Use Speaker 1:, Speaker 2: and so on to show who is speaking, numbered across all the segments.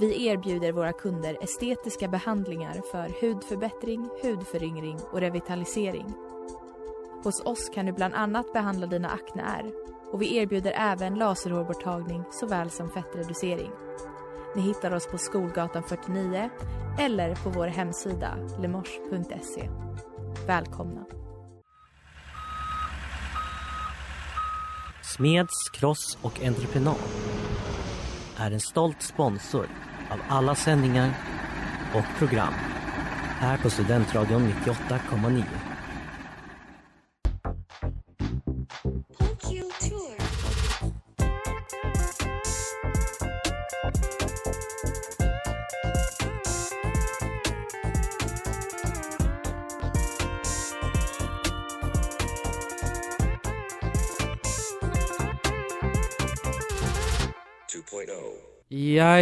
Speaker 1: Vi erbjuder våra kunder estetiska behandlingar för hudförbättring, hudföryngring och revitalisering. Hos oss kan du bland annat behandla dina akneär och vi erbjuder även laserhårborttagning såväl som fettreducering. Ni hittar oss på Skolgatan 49 eller på vår hemsida lemors.se. Välkomna!
Speaker 2: Smeds, Cross och Entreprenad är en stolt sponsor av alla sändningar och program här på Studentradion 98,9.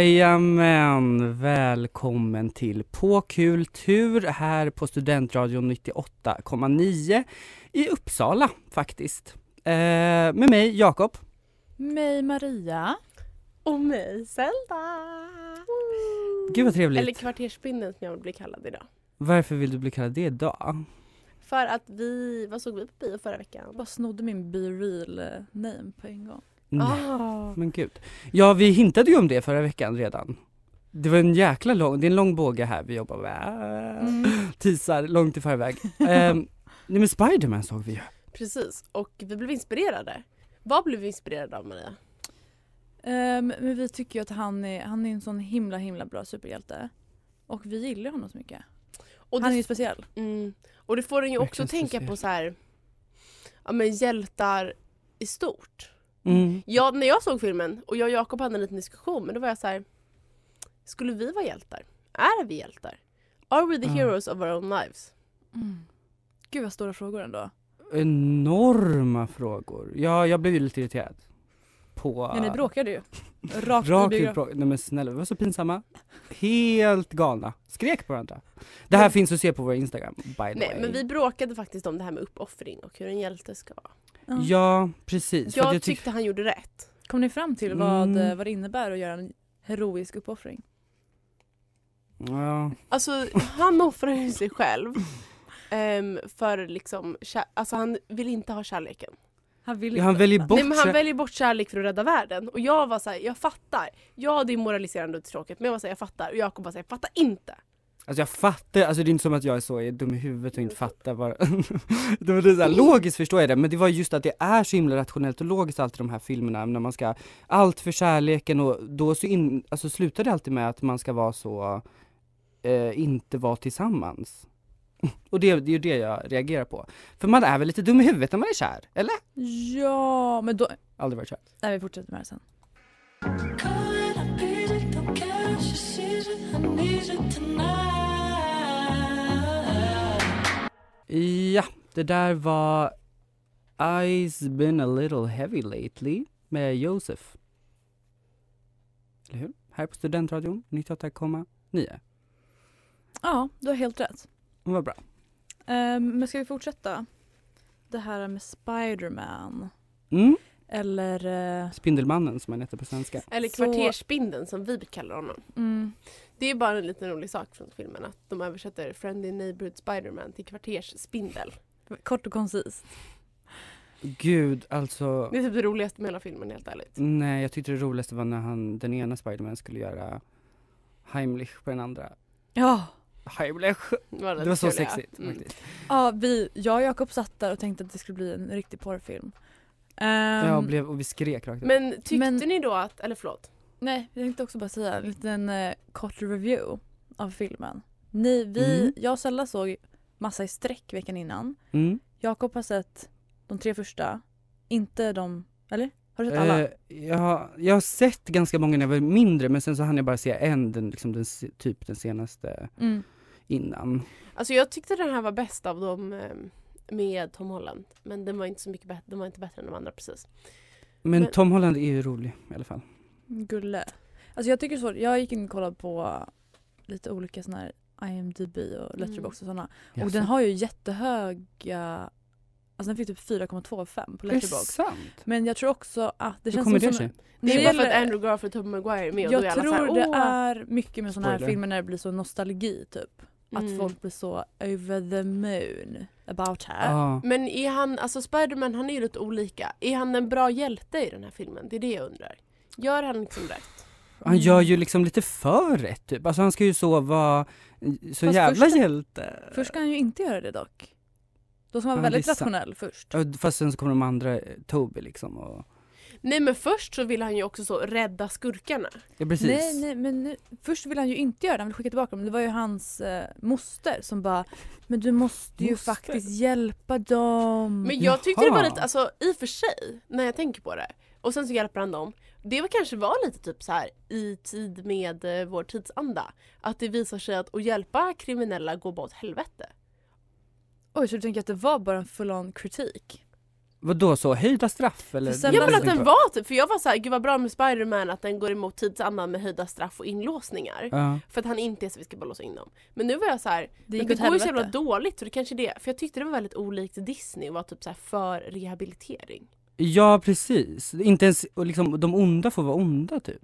Speaker 3: Jajamän, välkommen till På Kultur här på Studentradion 98,9 i Uppsala faktiskt. Eh, med mig Jakob.
Speaker 1: Mig Maria.
Speaker 4: Och mig Zelda.
Speaker 3: Gud vad trevligt.
Speaker 4: Eller kvartersspindeln som jag vill bli kallad idag.
Speaker 3: Varför vill du bli kallad det idag?
Speaker 4: För att vi, vad såg vi på bio förra veckan?
Speaker 1: Bara snodde min be
Speaker 5: eh,
Speaker 1: real name på en gång.
Speaker 3: Nej,
Speaker 4: Ah,
Speaker 3: men gud. Ja, vi hintade ju om det förra veckan redan. Det var en jäkla lång, det är en lång båge här vi jobbar med.
Speaker 4: Mm.
Speaker 3: Tisar långt i förväg. Eh, nej men Spiderman såg vi ju.
Speaker 4: precis, och vi blev inspirerade. Vad blev vi inspirerade av Maria?
Speaker 5: Ehm, men vi tycker ju att han är, han är en sån himla himla bra superhjälte. Och vi gillar honom så mycket.
Speaker 4: Och
Speaker 5: han är
Speaker 4: det,
Speaker 5: ju speciell.
Speaker 4: mm, och det får en ju också
Speaker 3: Verkligen
Speaker 4: tänka
Speaker 3: speciell.
Speaker 4: på så här, ja men hjältar i stort.
Speaker 3: Mm.
Speaker 4: Ja, när jag såg filmen och jag och Jakob hade en liten diskussion men då var jag så här. Skulle vi vara hjältar? Är vi hjältar? Are we the
Speaker 3: Ja.
Speaker 4: heroes of our own lives? Mm.
Speaker 5: Gud vad stora frågor ändå.
Speaker 3: Enorma frågor. Ja, jag blev ju lite irriterad. På...
Speaker 5: Men ni bråkade ju. Rakt,
Speaker 3: Rakt
Speaker 5: i
Speaker 3: ut
Speaker 5: biografen.
Speaker 3: bråk. Nej men snälla, vi var så pinsamma. Helt galna. Skrek på varandra. Det här finns att se på vår Instagram, by the
Speaker 4: Nej
Speaker 3: way.
Speaker 4: men vi bråkade faktiskt om det här med uppoffring och hur en hjälte ska vara.
Speaker 3: Ja, precis. För att
Speaker 4: Jag
Speaker 3: jag tyck-
Speaker 4: tyckte han gjorde rätt.
Speaker 5: Kom ni fram till vad,
Speaker 3: Mm.
Speaker 5: eh, vad det innebär att göra en heroisk uppoffring?
Speaker 3: ja.
Speaker 4: Alltså han offrar ju sig själv. ehm, för liksom, kär- alltså han vill inte ha kärleken.
Speaker 5: Han vill
Speaker 3: Ja, han väljer
Speaker 5: lämna.
Speaker 3: bort
Speaker 4: Nej, men han
Speaker 3: sig-
Speaker 4: väljer bort kärlek för att rädda världen. Och jag var såhär, jag fattar. Ja det är moraliserande och tråkigt men jag var såhär, jag fattar. Och Jakob var såhär, jag fattar inte.
Speaker 3: Alltså jag fattar, alltså det är inte som att jag är så är dum i huvudet och inte fattar vad det var det så här, Logiskt förstår jag det, men det var just att det är så himla rationellt och logiskt alltid de här filmerna när man ska Allt för kärleken och då så in, alltså slutar det alltid med att man ska vara så eh, Inte vara tillsammans Och det, det är ju det jag reagerar på För man är väl lite dum i huvudet när man är kär, eller?
Speaker 5: Ja, men då...
Speaker 3: Aldrig varit kär
Speaker 5: Nej vi fortsätter med det sen.
Speaker 3: Ja, det där var I've been a little heavy lately med Josef. Eller hur? Här på Studentradion 98,9.
Speaker 5: Ja, du har helt rätt.
Speaker 3: Vad bra.
Speaker 5: Ehm, men ska vi fortsätta? Det här med Spiderman.
Speaker 3: Mm.
Speaker 5: Eller... eh,
Speaker 3: Spindelmannen som han heter på svenska.
Speaker 4: Eller
Speaker 5: Så-
Speaker 4: kvartersspindeln som vi kallar honom.
Speaker 5: Mm,
Speaker 4: Det är bara en liten rolig sak från filmen att de översätter Friendly Neighborhood Spiderman till kvartersspindel.
Speaker 5: kort och koncist.
Speaker 3: Gud, alltså.
Speaker 4: Det är typ det roligaste med hela filmen helt ärligt.
Speaker 3: Nej, jag tyckte det roligaste var när han, den ena Spiderman skulle göra Heimlich på den andra.
Speaker 5: Ja,
Speaker 3: Heimlich!
Speaker 4: Var
Speaker 3: Det var så
Speaker 4: trevliga.
Speaker 3: sexigt
Speaker 4: Mm.
Speaker 3: faktiskt.
Speaker 5: ja vi, jag och Jakob satt där och tänkte att det skulle bli en riktig porrfilm. Ehm,
Speaker 3: Jag blev, och vi skrek rakt ut.
Speaker 4: Men tyckte
Speaker 5: Men-
Speaker 4: ni då att, eller förlåt,
Speaker 5: Nej, jag tänkte också bara säga en liten eh, kort review av filmen. Ni, vi,
Speaker 3: Mm.
Speaker 5: Jag och Sella såg massa i sträck veckan innan.
Speaker 3: Mm.
Speaker 5: Jakob har sett de tre första, inte de, eller? Har du sett alla?
Speaker 3: Eh, jag, jag har sett ganska många när jag var mindre men sen så hann jag bara se en, den, liksom den, se- typ den senaste
Speaker 5: Mm.
Speaker 3: innan.
Speaker 4: alltså jag tyckte den här var bäst av de eh, med Tom Holland. Men den var inte så mycket bättre, den var inte bättre än de andra precis.
Speaker 3: Men
Speaker 4: Men-
Speaker 3: Tom Holland är ju rolig i alla fall.
Speaker 5: Gulle. Alltså jag tycker så, jag gick in och kollade på lite olika sådana här IMDB och Letterboxd
Speaker 3: Mm.
Speaker 5: och sådana. Och den har ju jättehöga, alltså den fick typ 4,2 av 5 på
Speaker 3: Är det
Speaker 5: Letterboxd.
Speaker 3: sant?
Speaker 5: Men jag tror också att det
Speaker 3: Hur
Speaker 5: känns
Speaker 3: kommer
Speaker 5: som
Speaker 3: det
Speaker 5: som-
Speaker 3: sig?
Speaker 4: Det
Speaker 5: När
Speaker 4: är
Speaker 5: det
Speaker 4: bara för att
Speaker 5: gäller-
Speaker 4: Andrew Garfield och Tobey Maguire är med. och då är
Speaker 5: Jag
Speaker 4: alla så här,
Speaker 5: tror det
Speaker 4: "Åh!"
Speaker 5: är mycket med sådana här
Speaker 3: Spoiler.
Speaker 5: filmer när det blir så nostalgi typ. Att
Speaker 4: Mm.
Speaker 5: folk blir så over the moon about her.
Speaker 3: Ja.
Speaker 4: Men är han, alltså Spiderman han är ju lite olika. Är han en bra hjälte i den här filmen? Det är det jag undrar. Gör han liksom rätt?
Speaker 5: mm.
Speaker 3: Han gör ju liksom lite för rätt typ. Alltså han ska ju så vara så
Speaker 5: Fast
Speaker 3: jävla
Speaker 5: först-
Speaker 3: hjälte.
Speaker 5: Först ska han ju inte göra det dock. Då ska man
Speaker 3: Ja,
Speaker 5: vara väldigt
Speaker 3: det är sant.
Speaker 5: rationell först.
Speaker 3: Ja, Fast sen så kommer de andra, eh, Toby liksom och...
Speaker 4: Nej men först så vill han ju också så rädda skurkarna.
Speaker 5: Mm,
Speaker 3: Ja precis.
Speaker 5: Nej, nej, men nu, först vill han ju inte göra det, han vill skicka tillbaka dem. Det var ju hans eh, moster som bara Men du måste ju
Speaker 3: Moster?
Speaker 5: faktiskt hjälpa dem.
Speaker 4: Men jag tyckte det var
Speaker 3: Jaha.
Speaker 4: lite, alltså i och för sig, när jag tänker på det. Och sen så hjälper han dem. Det var kanske var lite typ så här i tid med eh, vår tidsanda. Att det visar sig att att hjälpa kriminella går bara åt helvete.
Speaker 5: Oj, så du tänker att det var bara en full on kritik?
Speaker 3: Vadå så, höjda straff eller?
Speaker 5: För sen-
Speaker 4: Ja
Speaker 5: Men
Speaker 4: men att
Speaker 5: alltså-
Speaker 4: den var typ, för jag var såhär, gud vad bra med Spiderman att den går emot tidsandan med höjda straff och inlåsningar.
Speaker 3: Ja.
Speaker 4: För att han inte är så vi ska bara låsa in dem. Men nu var jag så här,
Speaker 5: Det
Speaker 4: men
Speaker 5: gick
Speaker 4: det
Speaker 5: åt
Speaker 4: går ju så
Speaker 5: helvete.
Speaker 4: jävla dåligt så det kanske är det. För jag tyckte det var väldigt olikt Disney och var typ så här för rehabilitering.
Speaker 3: ja precis. Inte ens, och liksom de onda får vara onda typ.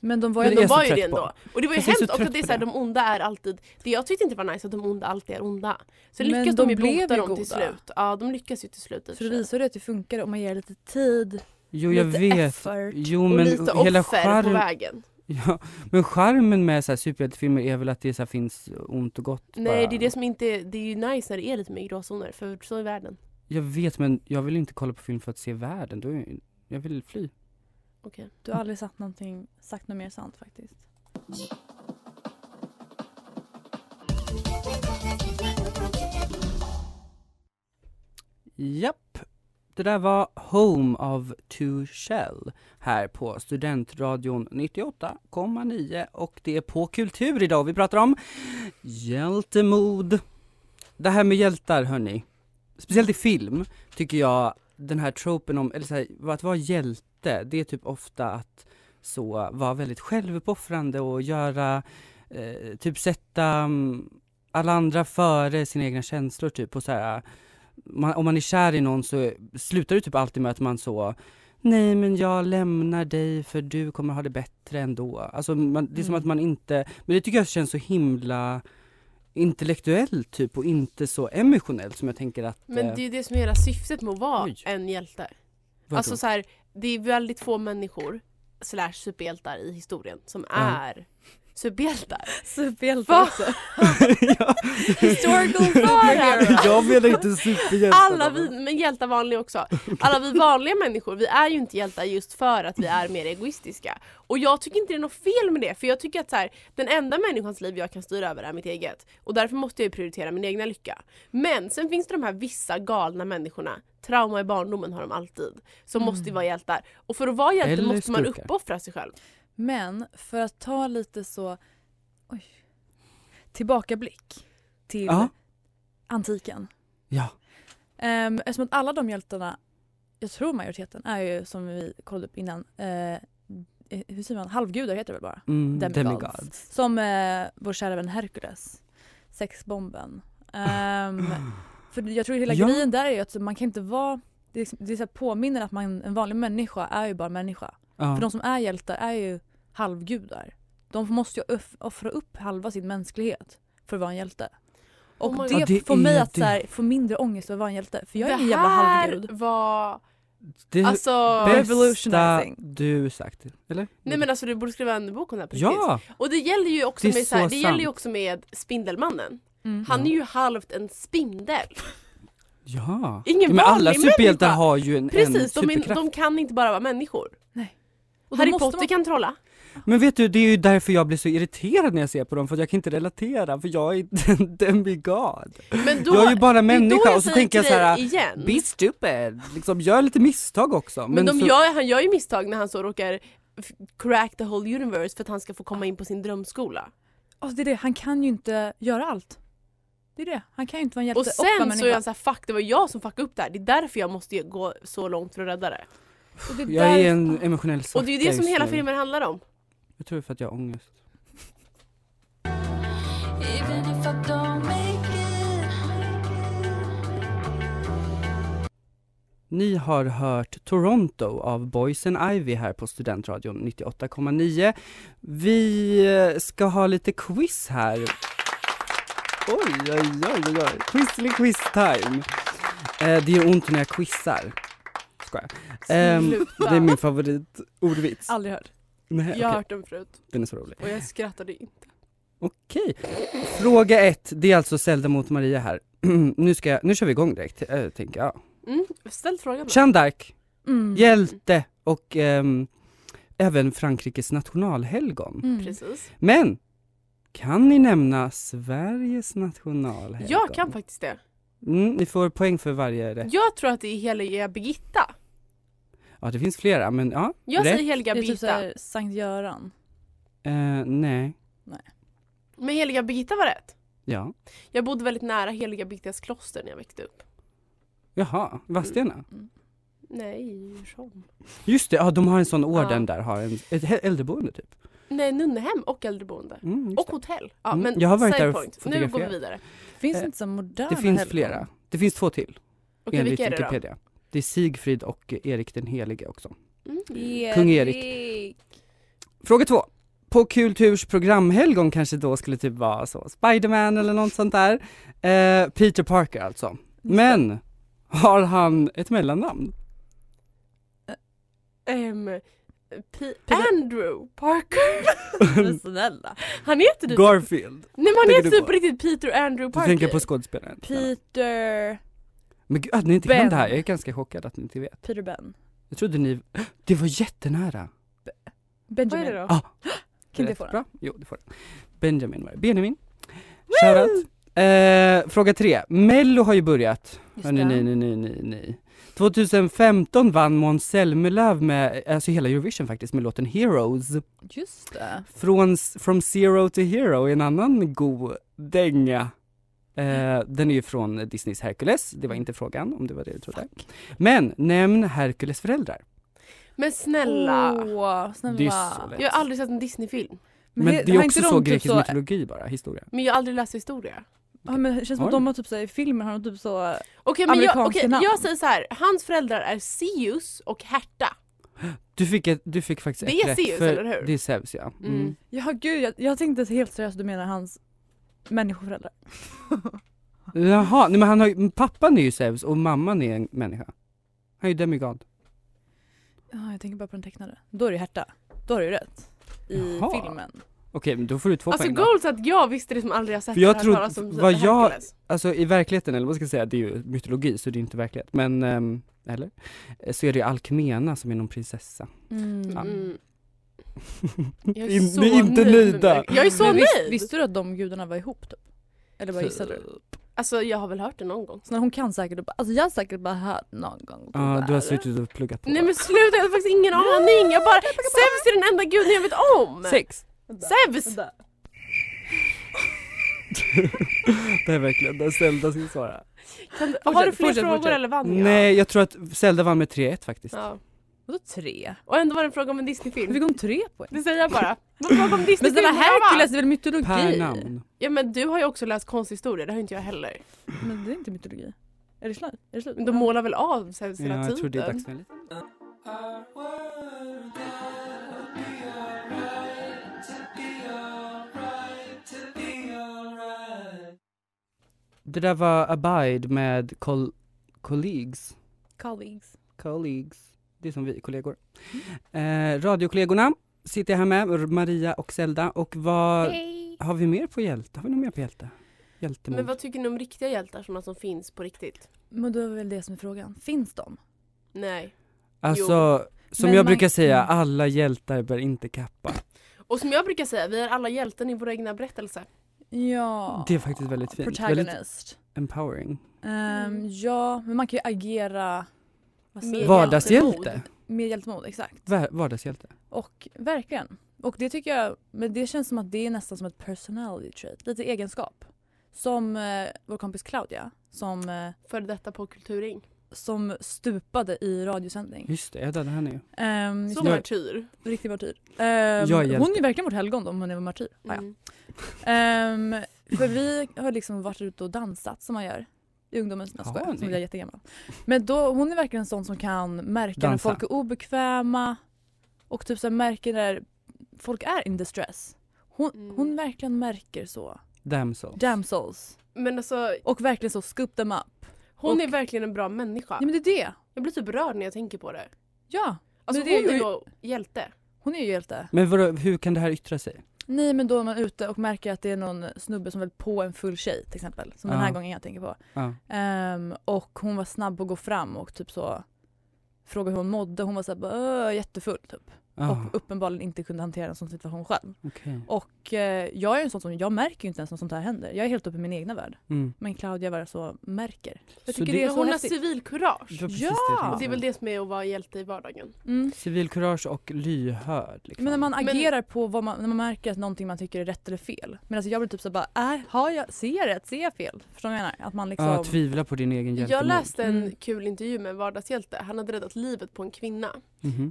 Speaker 5: Men de var
Speaker 4: Men
Speaker 5: ju
Speaker 3: det
Speaker 4: de
Speaker 3: är jag så
Speaker 4: var ju
Speaker 3: trött
Speaker 4: det ändå.
Speaker 3: på.
Speaker 4: Och det var ju
Speaker 3: Fast jag är så
Speaker 4: hemskt också
Speaker 3: trött
Speaker 4: att det är
Speaker 3: på
Speaker 4: så här,
Speaker 3: det.
Speaker 4: de onda är alltid, det jag tyckte inte var nice att de onda alltid är onda. Så
Speaker 5: Men
Speaker 4: lyckas de,
Speaker 5: de
Speaker 4: ju
Speaker 5: blev
Speaker 4: bota
Speaker 5: ju
Speaker 4: dem till
Speaker 5: goda.
Speaker 4: slut. Ja de lyckas ju till slut. i och
Speaker 5: För det
Speaker 4: sig.
Speaker 5: visar ju att det funkar om man ger lite tid.
Speaker 3: Jo jag
Speaker 5: Lite
Speaker 3: vet.
Speaker 5: effort
Speaker 3: Jo
Speaker 4: Och
Speaker 3: men
Speaker 4: lite
Speaker 3: hela
Speaker 4: offer på
Speaker 3: charm...
Speaker 4: vägen.
Speaker 3: Ja, men charmen med så här superhjältefilmer är väl att det så här finns ont och gott
Speaker 4: Nej
Speaker 3: bara.
Speaker 4: det är det som inte, det är ju nice när det är lite mer gråzoner för så är världen.
Speaker 3: Jag vet men jag vill inte kolla på film för att se världen, då är... jag vill fly.
Speaker 4: Okej.
Speaker 5: Du har aldrig sagt, någonting, sagt något mer sant faktiskt.
Speaker 3: Japp. Det där var Home av Two Shell här på Studentradion 98,9 och det är på Kultur idag och vi pratar om hjältemod. Det här med hjältar hörni, speciellt i film tycker jag den här tropen om, eller så här, att vara hjälte, det är typ ofta att så vara väldigt självuppoffrande och göra, eh, typ sätta mm, alla andra före sina egna känslor typ och så här man, om man är kär i någon så slutar det typ alltid med att man så Nej men jag lämnar dig för du kommer ha det bättre ändå. Alltså man, det är som
Speaker 5: Mm.
Speaker 3: att man inte, men det tycker jag känns så himla intellektuellt typ och inte så emotionellt som jag tänker att eh,
Speaker 4: Men det är ju det som är hela syftet med att vara
Speaker 3: Oj.
Speaker 4: en hjälte.
Speaker 3: vadå?
Speaker 4: Alltså så här, det är väldigt få människor slash superhjältar i historien som
Speaker 3: Ja.
Speaker 4: är superhjältar.
Speaker 5: Superhjälte
Speaker 4: Va?
Speaker 5: också.
Speaker 3: ja,
Speaker 5: Historical
Speaker 4: Bara-
Speaker 3: jag menar inte superhjältar.
Speaker 4: Alla vi, men hjältar vanliga också. Alla vi vanliga människor, vi är ju inte hjältar just för att vi är mer egoistiska. Och jag tycker inte det är något fel med det, för jag tycker att så här, den enda människans liv jag kan styra över är mitt eget. Och därför måste jag ju prioritera min egna lycka. Men sen finns det de här vissa galna människorna, trauma i barndomen har de alltid, som måste ju vara hjältar. Och för att vara hjälte
Speaker 3: Eller
Speaker 4: måste man
Speaker 3: skurkar.
Speaker 4: uppoffra sig själv.
Speaker 5: Men för att ta lite så, oj, tillbakablick till
Speaker 3: Ja.
Speaker 5: antiken.
Speaker 3: Ja,
Speaker 5: Um, eftersom att alla de hjältarna, jag tror majoriteten, är ju som vi kollade upp innan, eh, eh, hur säger man, halvgudar heter det väl bara?
Speaker 3: mm,
Speaker 5: Demigods.
Speaker 3: demigods.
Speaker 5: Som eh, vår kära vän Herkules, sexbomben. Ehm, för jag tror hela
Speaker 3: Ja.
Speaker 5: grejen där är ju att man kan inte vara, det, är liksom, det är så här påminner att man, en vanlig människa är ju bara människa. För
Speaker 3: Ja.
Speaker 5: de som är hjältar är ju halvgudar. De måste ju öff- offra upp halva sin mänsklighet för att vara en hjälte. Och
Speaker 4: Oh my
Speaker 5: det,
Speaker 3: God. Ja, det
Speaker 5: får mig
Speaker 3: är
Speaker 5: att
Speaker 3: det.
Speaker 5: så här, få mindre ångest över att vara en hjälte. För jag är
Speaker 4: det
Speaker 5: ingen jävla
Speaker 4: här
Speaker 5: halvgud.
Speaker 4: var...
Speaker 3: Det är
Speaker 4: Alltså...
Speaker 3: det bästa
Speaker 5: revolutionizing.
Speaker 3: du sagt, eller?
Speaker 4: Nej men alltså du borde skriva en bok om det här på riktigt.
Speaker 3: Ja!
Speaker 4: Och det gäller ju också,
Speaker 3: Det är
Speaker 4: med, så här,
Speaker 3: så
Speaker 4: det gäller ju
Speaker 3: sant.
Speaker 4: också med Spindelmannen.
Speaker 5: Mm.
Speaker 4: Han är ju halvt en spindel.
Speaker 3: Ja.
Speaker 4: Ingen
Speaker 3: men alla
Speaker 4: vanlig
Speaker 3: superhjältar
Speaker 4: människa.
Speaker 3: har ju en, en
Speaker 4: Precis, de,
Speaker 3: superkraft.
Speaker 4: är, de kan inte bara vara människor.
Speaker 5: Nej.
Speaker 4: Och
Speaker 5: då
Speaker 4: Harry
Speaker 5: måste
Speaker 4: Potter
Speaker 5: man-
Speaker 4: kan trolla.
Speaker 3: Men vet du, det är ju därför jag blir så irriterad när jag ser på dem, för att jag kan inte relatera, för jag är inte en demigod.
Speaker 4: Men då,
Speaker 3: jag är ju bara
Speaker 4: det är då
Speaker 3: människa och så
Speaker 4: säger
Speaker 3: tänker jag
Speaker 4: till
Speaker 3: så här,
Speaker 4: dig igen.
Speaker 3: be stupid, liksom gör lite misstag också.
Speaker 4: men de
Speaker 3: så,
Speaker 4: gör, han gör ju misstag när han så råkar f- crack the whole universe för att han ska få komma in på sin drömskola.
Speaker 5: Alltså det är det, han kan ju inte göra allt. Det är det. Han kan ju inte vara en hjälte.
Speaker 4: Och sen så är han såhär fuck det var jag som fuckade upp det här, det är därför jag måste gå så långt för att rädda det.
Speaker 5: och det är
Speaker 3: Jag är
Speaker 5: där-
Speaker 3: en emotionell svacka
Speaker 4: Och det är ju det som
Speaker 3: just
Speaker 4: hela
Speaker 3: nu.
Speaker 4: filmen handlar om.
Speaker 3: Jag tror det är för att jag har ångest.
Speaker 6: Even if I don't make
Speaker 3: Ni har hört Toronto av Boys and Ivy här på Studentradion 98,9. Vi eh, ska ha lite quiz här. Oj, oj, oj, oj, oj. Quizly quiz time. Eh, det gör ont när jag quizar. Skojar. Ehm,
Speaker 4: Sluta.
Speaker 3: det är min favoritordvits.
Speaker 5: Aldrig hört.
Speaker 3: Nej,
Speaker 4: Jag har
Speaker 3: okej.
Speaker 4: hört den förut
Speaker 3: Den är så rolig.
Speaker 4: och jag skrattade inte.
Speaker 3: Okej. Fråga ett, det är alltså Zelda mot Maria här. nu, ska jag, nu kör vi igång direkt, eh, tänker jag.
Speaker 4: Mm. Ställ frågan då.
Speaker 3: Jeanne d'Arc,
Speaker 5: Mm.
Speaker 3: hjälte och ehm, även Frankrikes nationalhelgon.
Speaker 5: Mm.
Speaker 4: Precis.
Speaker 3: Men, kan ni nämna Sveriges nationalhelgon?
Speaker 4: Jag kan Mm. faktiskt det.
Speaker 3: Mm, ni får poäng för varje rätt.
Speaker 4: Jag tror att det är heliga Birgitta.
Speaker 3: Ja, det finns flera, men ja.
Speaker 4: Jag
Speaker 3: Rätt.
Speaker 4: säger heliga
Speaker 5: Det är typ
Speaker 4: Birgitta.
Speaker 5: såhär Sankt Göran.
Speaker 3: Eh, nej.
Speaker 4: Men heliga Birgitta var rätt.
Speaker 3: Ja.
Speaker 4: Jag bodde väldigt nära heliga Birgittas kloster när jag växte upp.
Speaker 3: Jaha,
Speaker 4: Mm.
Speaker 3: Vadstena?
Speaker 4: Nej, Djursholm.
Speaker 3: Just det, ja, de har en sån orden
Speaker 4: Ja.
Speaker 3: där, har en, ett hä- äldreboende typ.
Speaker 4: Nej, nunnehem och äldreboende.
Speaker 3: Mm, just
Speaker 4: Och
Speaker 3: det.
Speaker 4: hotell. Ja,
Speaker 3: Mm,
Speaker 4: men
Speaker 3: jag har varit
Speaker 4: side
Speaker 3: där och
Speaker 4: point. Nu
Speaker 3: fotograferat.
Speaker 4: går vi vidare.
Speaker 5: Finns
Speaker 3: Eh,
Speaker 5: det inte så moderna
Speaker 3: det finns
Speaker 5: helgon?
Speaker 3: flera. Det finns två till.
Speaker 4: Okej,
Speaker 3: enligt
Speaker 4: vilka är det
Speaker 3: Wikipedia. Det är Sigfrid och Erik den helige också.
Speaker 4: då? Mm.
Speaker 3: Kung Erik. Fråga två. På Kulturs programhelgon kanske då skulle typ vara så Spiderman eller något sånt där. Eh, Peter Parker alltså. Men har han ett mellannamn?
Speaker 4: Ehm, P- Andrew Parker.
Speaker 5: Men snälla.
Speaker 4: Han heter typ...
Speaker 3: Garfield.
Speaker 4: Nej men han
Speaker 3: Tänker
Speaker 4: heter
Speaker 3: du
Speaker 4: typ
Speaker 3: på?
Speaker 4: på riktigt Peter Andrew
Speaker 3: Du
Speaker 4: Parker.
Speaker 3: tänker på skådespelaren?
Speaker 5: Peter...
Speaker 3: Men gud att ni inte kan
Speaker 5: Ben.
Speaker 3: det här, jag är ganska chockad att ni inte vet.
Speaker 5: Peter Ben.
Speaker 3: Jag trodde ni, det var jättenära.
Speaker 4: Vad
Speaker 5: Benjamin.
Speaker 4: är det då?
Speaker 3: Ah,
Speaker 5: Kan inte
Speaker 3: Rätt
Speaker 5: jag få den?
Speaker 3: Bra. Jo, det får den. Benjamin var det. Benjamin. Shoutout. Eh, fråga tre. Mello har ju börjat.
Speaker 5: Just
Speaker 3: Hörni,
Speaker 5: det.
Speaker 3: ni, ni, ni, ni, ni. 2015 vann Måns Zelmerlöw med, alltså hela Eurovision faktiskt, med låten Heroes.
Speaker 5: Just det.
Speaker 3: Från, from Zero to Hero är en annan god dänga. Eh, den är ju från Disneys Hercules, det var inte frågan om det var det du trodde. Men nämn Hercules föräldrar.
Speaker 4: Men snälla.
Speaker 5: Åh, snälla.
Speaker 3: Det är så lätt.
Speaker 4: Jag har aldrig sett en Disney-film.
Speaker 3: Men,
Speaker 5: he-
Speaker 3: det
Speaker 5: har
Speaker 3: är
Speaker 5: inte
Speaker 3: också
Speaker 5: de
Speaker 3: så
Speaker 5: typ
Speaker 3: grekisk
Speaker 5: så-
Speaker 3: mytologi bara, historia.
Speaker 4: Men jag har aldrig läst historia.
Speaker 5: Ja, men det känns som
Speaker 3: Har
Speaker 5: att de har typ så här, i filmen har de typ så...
Speaker 4: Okej men jag,
Speaker 5: Amerikanska
Speaker 4: okej,
Speaker 5: namn.
Speaker 4: jag säger så här. hans föräldrar är Sius och Herta.
Speaker 3: Du fick, ett, du fick faktiskt
Speaker 4: Det
Speaker 3: ett
Speaker 4: är
Speaker 3: rätt
Speaker 4: Zeus,
Speaker 3: för-
Speaker 4: eller hur?
Speaker 3: Det är Zeus ja. Mm.
Speaker 4: Mm.
Speaker 5: Ja gud, jag, jag tänkte helt seriöst du menar hans människoföräldrar.
Speaker 3: Jaha, nej men han har ju, pappan är ju Zeus och mamman är en människa. Han är ju demigod.
Speaker 5: Ja, jag tänker bara på den tecknade. Då är det Herta. Då har du rätt. I
Speaker 3: Jaha.
Speaker 5: filmen.
Speaker 3: Okej, men då får du två
Speaker 4: Alltså
Speaker 3: poäng då.
Speaker 4: goals att jag visste det som aldrig har sett
Speaker 3: För jag
Speaker 4: och hört
Speaker 3: trodde-
Speaker 4: talas om
Speaker 3: vad jag-
Speaker 4: Hercules.
Speaker 3: Alltså i verkligheten, eller vad ska jag säga, det är ju mytologi så det är inte verklighet, men, ehm, eller? Eh, Så är det ju Alkmena som är någon prinsessa.
Speaker 5: Mm.
Speaker 4: Mm. Jag
Speaker 3: In-
Speaker 4: är så
Speaker 3: ni är inte
Speaker 4: nöjd med
Speaker 3: nöjda.
Speaker 4: mig. Jag är så
Speaker 5: Men
Speaker 4: nöjd!
Speaker 5: visst, visste du att de gudarna var ihop typ? Eller bara gissade du?
Speaker 4: Alltså jag har väl hört det någon gång.
Speaker 5: Så när hon kan säkert bara, alltså jag har säkert bara hört någon gång.
Speaker 3: Ja, du har
Speaker 5: suttit
Speaker 3: suttit och pluggat på.
Speaker 4: Nej men sluta, jag har faktiskt ingen aning. Jag bara, Zeus är den enda guden jag vet om!
Speaker 3: Sex!
Speaker 4: Zeus!
Speaker 3: Det är verkligen där Zelda ska svara.
Speaker 4: Kan, du- har
Speaker 5: Fortsätt,
Speaker 4: du fler
Speaker 5: fortsätt,
Speaker 4: frågor
Speaker 5: fortsätt.
Speaker 4: eller vann jag?
Speaker 3: Nej, jag tror att Zelda vann med 3-1 faktiskt.
Speaker 4: Ja.
Speaker 5: Vadå tre?
Speaker 4: Och ändå var det en fråga om en
Speaker 5: Hur
Speaker 4: Disney-film.
Speaker 5: fick hon tre poäng?
Speaker 4: Det säger jag bara. Vad fråga om
Speaker 5: Men
Speaker 4: Disney-film
Speaker 5: snälla Hercules
Speaker 4: Hercules!
Speaker 5: är väl mytologi?
Speaker 3: Per namn.
Speaker 4: Ja men du har ju också läst konsthistoria, det har ju inte jag heller.
Speaker 5: Men det är inte mytologi. Är det slut? Är det slut?
Speaker 4: Men de målar väl av Zeus hela
Speaker 3: Ja, jag tror det är
Speaker 4: tiden?
Speaker 3: dags för en liten... Det där var Abide med coll- Colleagues.
Speaker 5: Colleagues.
Speaker 3: Colleagues. Det är som vi, kollegor.
Speaker 5: Mm.
Speaker 3: Eh, radiokollegorna sitter jag här med, Maria och Zelda. Och vad har vi mer på hjälte? Har vi något mer på hjälte? Hjältemod?
Speaker 4: Men vad tycker ni om riktiga hjältar, sådana som finns på riktigt?
Speaker 5: Men då är väl det som är frågan. Finns de?
Speaker 4: Nej.
Speaker 3: Alltså, som
Speaker 5: Men
Speaker 3: jag
Speaker 5: man-
Speaker 3: brukar säga,
Speaker 5: Mm.
Speaker 3: alla hjältar bär inte kappa.
Speaker 4: Och som jag brukar säga, vi är alla hjälten i våra egna berättelser.
Speaker 5: Ja.
Speaker 3: Det är faktiskt väldigt fint.
Speaker 5: Protagonist.
Speaker 3: Empowering.
Speaker 5: Ehm, ja, men man kan ju agera vad säger
Speaker 4: Med
Speaker 5: man?
Speaker 3: Vardagshjälte.
Speaker 5: med hjältemod. Exakt.
Speaker 3: Va- vardagshjälte.
Speaker 5: Och verkligen. Och det tycker jag, men det känns som att det är nästan som ett personality trait, lite egenskap. Som eh, vår kompis Claudia som, eh,
Speaker 4: För detta på kulturing.
Speaker 5: som stupade i radiosändning.
Speaker 3: Just det, jag dödade henne ju.
Speaker 5: Um,
Speaker 4: Som
Speaker 3: Jag-
Speaker 4: martyr.
Speaker 5: Riktig martyr. Ehm,
Speaker 3: Jag är
Speaker 5: hon
Speaker 3: hjälte.
Speaker 5: är verkligen vårt helgon då, om hon är martyr. Ah, ja.
Speaker 4: Mm.
Speaker 5: Ehm, för vi har liksom varit ute och dansat som man gör i ungdomens
Speaker 3: Har
Speaker 5: nästa som
Speaker 3: ni?
Speaker 5: jag är jättegammal. Men då, hon är verkligen en sån som kan märka när
Speaker 3: Dansa.
Speaker 5: folk är obekväma och typ så här märker när folk är in distress. Hon,
Speaker 4: Mm.
Speaker 5: hon verkligen märker så.
Speaker 3: Damsel.
Speaker 5: Damsels.
Speaker 4: Men alltså
Speaker 5: Och verkligen så scoop them up.
Speaker 4: hon
Speaker 5: Och-
Speaker 4: är verkligen en bra människa.
Speaker 5: Ja men det är det.
Speaker 4: Jag blir typ rörd när jag tänker på det.
Speaker 5: Ja.
Speaker 4: Alltså
Speaker 5: Men det är
Speaker 4: hon är
Speaker 5: ju-
Speaker 4: då hjälte.
Speaker 5: Hon är ju hjälte.
Speaker 3: Men vadå, hur kan det här yttra sig?
Speaker 5: Nej men då är man ute och märker att det är någon snubbe som vill på en full tjej till exempel. Som den här
Speaker 3: Ja.
Speaker 5: gången jag tänker på.
Speaker 3: Ja.
Speaker 5: Ehm, och hon var snabb att gå fram och typ så frågade hur hon mådde. Hon var så här, bara, "Öh, jättefull typ.
Speaker 3: Ah,
Speaker 5: Och uppenbarligen inte kunde hantera en sån situation själv.
Speaker 3: okej.
Speaker 5: Och eh, jag är en sån som, jag märker ju inte ens när sånt här händer. Jag är helt uppe i min egna värld.
Speaker 3: Mm.
Speaker 5: Men Claudia var så märker. Jag
Speaker 3: Så
Speaker 5: tycker
Speaker 3: det-
Speaker 5: det, är
Speaker 4: Men
Speaker 5: så
Speaker 4: hon har
Speaker 5: häftigt.
Speaker 4: civilkurage.
Speaker 3: var precis
Speaker 5: Ja!
Speaker 3: jag tänkte
Speaker 4: Och det är
Speaker 3: på.
Speaker 4: väl det som är att vara hjälte i vardagen.
Speaker 5: Mm.
Speaker 3: Civilkurage och lyhörd. Liksom.
Speaker 5: Men när man
Speaker 4: Men-
Speaker 5: agerar på vad man, när man märker att någonting man tycker är rätt eller fel. Men alltså jag blir typ så här bara, äh, har jag, ser jag rätt? Ser jag fel? Förstår du vad jag menar? Att man liksom...
Speaker 3: Ja, tvivla på din egen hjälp.
Speaker 4: Jag läste en
Speaker 5: Mm.
Speaker 4: kul intervju med en vardagshjälte. Han hade räddat livet på en kvinna